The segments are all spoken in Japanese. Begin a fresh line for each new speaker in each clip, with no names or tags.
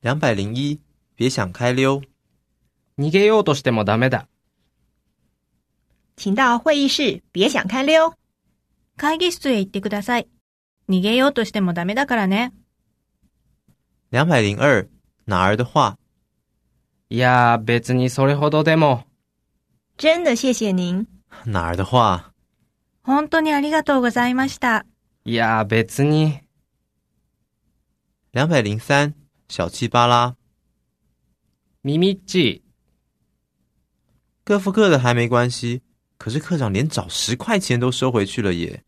两百零一，别想开溜。
逃げようとしてもダメだ。
请到会议室，别想开溜。
会議室へ行ってください。逃げようとしてもダメだからね。
两百零二，哪儿的话，
いやー、別にそれほどでも。
真的谢谢您，
哪儿的话，
本当にありがとうございました。
いやー、別に。
两百零三，小气巴拉，
みみっち
各付各的还没关系。可是课长连找十块钱都收回去了耶！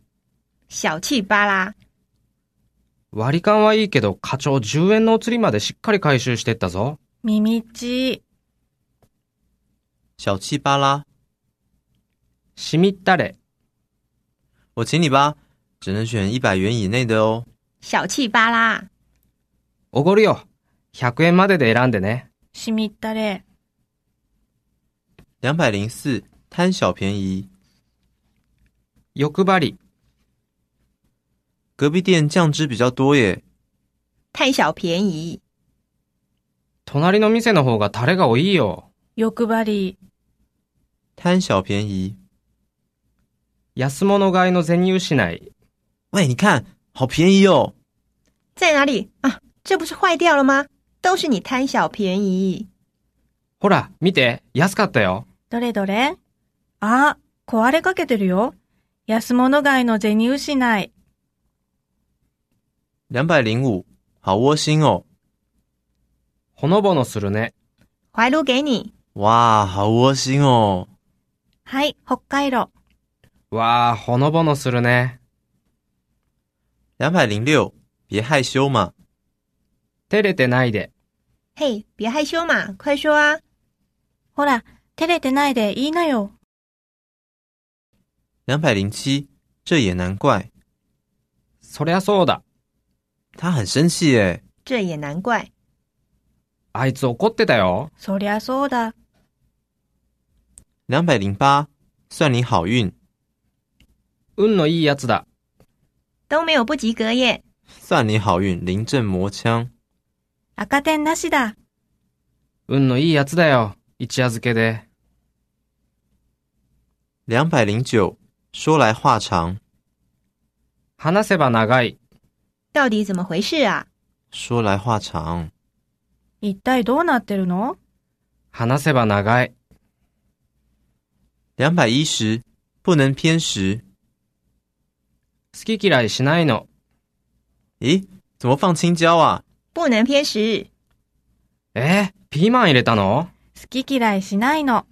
小气巴拉。
い。割り勘はいいけど、課長10円のお釣りまでしっかり回収してったぞ。
みみっち、
小气巴拉，
しみったれ。
我请你吧，只能选一百元以内的哦。
小气巴拉，
おごるよ。100円までで選んでね。
しみったれ。
两百零四，贪小便宜。
欲張り。
隔壁店酱汁比较多耶，
贪小便宜，
隣の店の方がタレが多いよ。
欲張り、
贪小便宜。
安物買いの銭失い。
喂，你看，好便宜哦！
在哪里啊？这不是坏掉了吗？都是你贪小便宜。
ほら、見て。安かったよ。
どれどれあ、壊れかけてるよ。安物買いの銭失い。
两百零五，好窝心哦！
ほのぼのするね。
怀炉给你，
哇，好窝心哦！
はい、北海道。
わー、ほのぼのするね。
两百零六，别害羞嘛！
照れてないで。
嘿，别害羞嘛，快说啊！
ほら、照れてないでいいなよ。
两百零七，这也难怪，
そりゃそうだ。
他很生气耶。
这也难怪。
あいつ怒ってたよ。
そりゃそうだ。
两百零八，算你好运，
運のいいやつだ。
都没有不及格耶。
算你好运，临阵磨枪。
赤点なしだ。
運のいいやつだよ。一夜漬けで。
两百零九，说来话长，
話せば長い。
到底怎么回事啊？
说来话长。
一体どうなってるの
話せば長い。
两百一十，不能偏食。
好き嫌いしないの。
咦，怎么放青椒啊？
不能偏食，
えーピーマン入れたの
好き嫌いしないの。